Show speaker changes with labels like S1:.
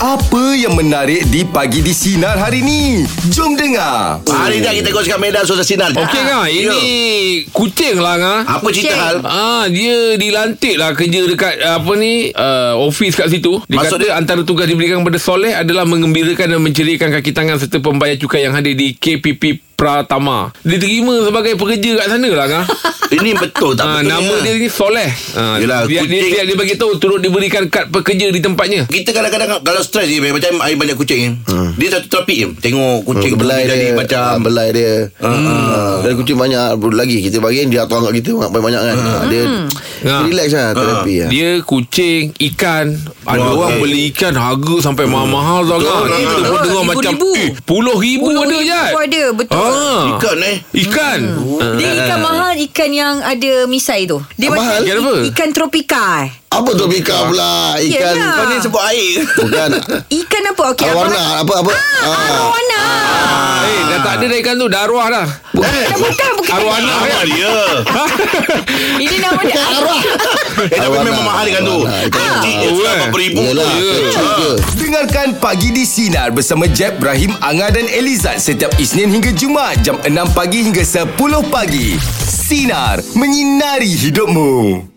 S1: Apa yang menarik di pagi di sinar hari ni? Jom dengar.
S2: Hari ni kita kongsikan medan sosial sinar. Ah, ya.
S3: Okey kan Ini kucing lah kan
S2: Apa cerita hal?
S4: Kucing.
S3: Ah, dia dilantik lah kerja dekat apa ni uh, office kat situ.
S2: Maksud
S3: Dia Maksud kata
S2: dia-
S3: dia? antara tugas diberikan kepada Soleh adalah mengembirakan dan menceriakan kaki tangan serta pembayar cukai yang hadir di KPP Pratama. Dia terima sebagai pekerja kat sana lah kan.
S2: Ini betul tak
S3: Ah,
S2: betul? Ya.
S3: nama dia ni Soleh. Ah,
S2: Yelah,
S3: dia, dia,
S2: kucing-
S3: dia, dia bagi tahu turut diberikan kad pekerja di tempatnya.
S2: kita kadang-kadang kalau stres je macam air banyak kucing ni. Dia satu topik je. Tengok kucing
S5: Hmm. belai
S2: jadi
S5: dia ah,
S2: macam Hmm.
S5: belai dia Ah, dan kucing banyak Baru lagi kita bagi dia atau anggap kita banyak kan
S2: Hmm.
S5: Ah, dia
S2: Ya.
S4: Hmm.
S5: dia
S3: Ah.
S5: relax lah terapi lah.
S3: Dia kucing, ikan. Ada
S2: Wah,
S3: orang
S2: okey.
S3: beli ikan harga sampai mahal-mahal tau kan.
S2: betul.
S3: Kita pun
S4: Betul.
S3: dengar
S4: Ribu-ribu.
S3: macam eh, puluh ribu
S4: Puluh
S3: ada
S4: ribu
S3: je.
S4: ada, betul.
S3: Ah.
S2: ikan Hmm. eh.
S3: Ikan. Ah.
S4: Oh, Dia ikan mahal Ikan yang ada misai tu Dia
S5: Mahal?
S3: Ikan apa?
S4: i- Ikan tropika eh.
S5: apa tu Bika pula ikan
S4: Yelah.
S2: Kau Ah. ni sebut air.
S5: bukan
S4: Ikan apa
S5: ah,
S4: okay,
S5: warna apa apa
S4: ah,
S5: Ah.
S4: Arwana
S3: Eh, dah tak ada dah ikan tu. Dah arwah dah.
S4: Bukan bukan, bukan.
S3: Arwana
S2: Apa
S5: Ah.
S3: kan?
S2: dia?
S4: Ini nama dia Arwana
S2: Eh tapi
S5: Arwana.
S2: memang mahal ikan tu.
S5: Arwana, ikan.
S2: Kecil je
S3: Ah.
S2: berapa ribu.
S5: lah.
S2: Ah.
S5: Yelah
S3: Ya.
S5: kecil je
S1: Dengarkan Pagi di Sinar bersama Jeb, Ibrahim, Anga dan Elizad setiap Isnin hingga Jumaat jam 6 pagi hingga 10 pagi. Sinar, menyinari hidupmu.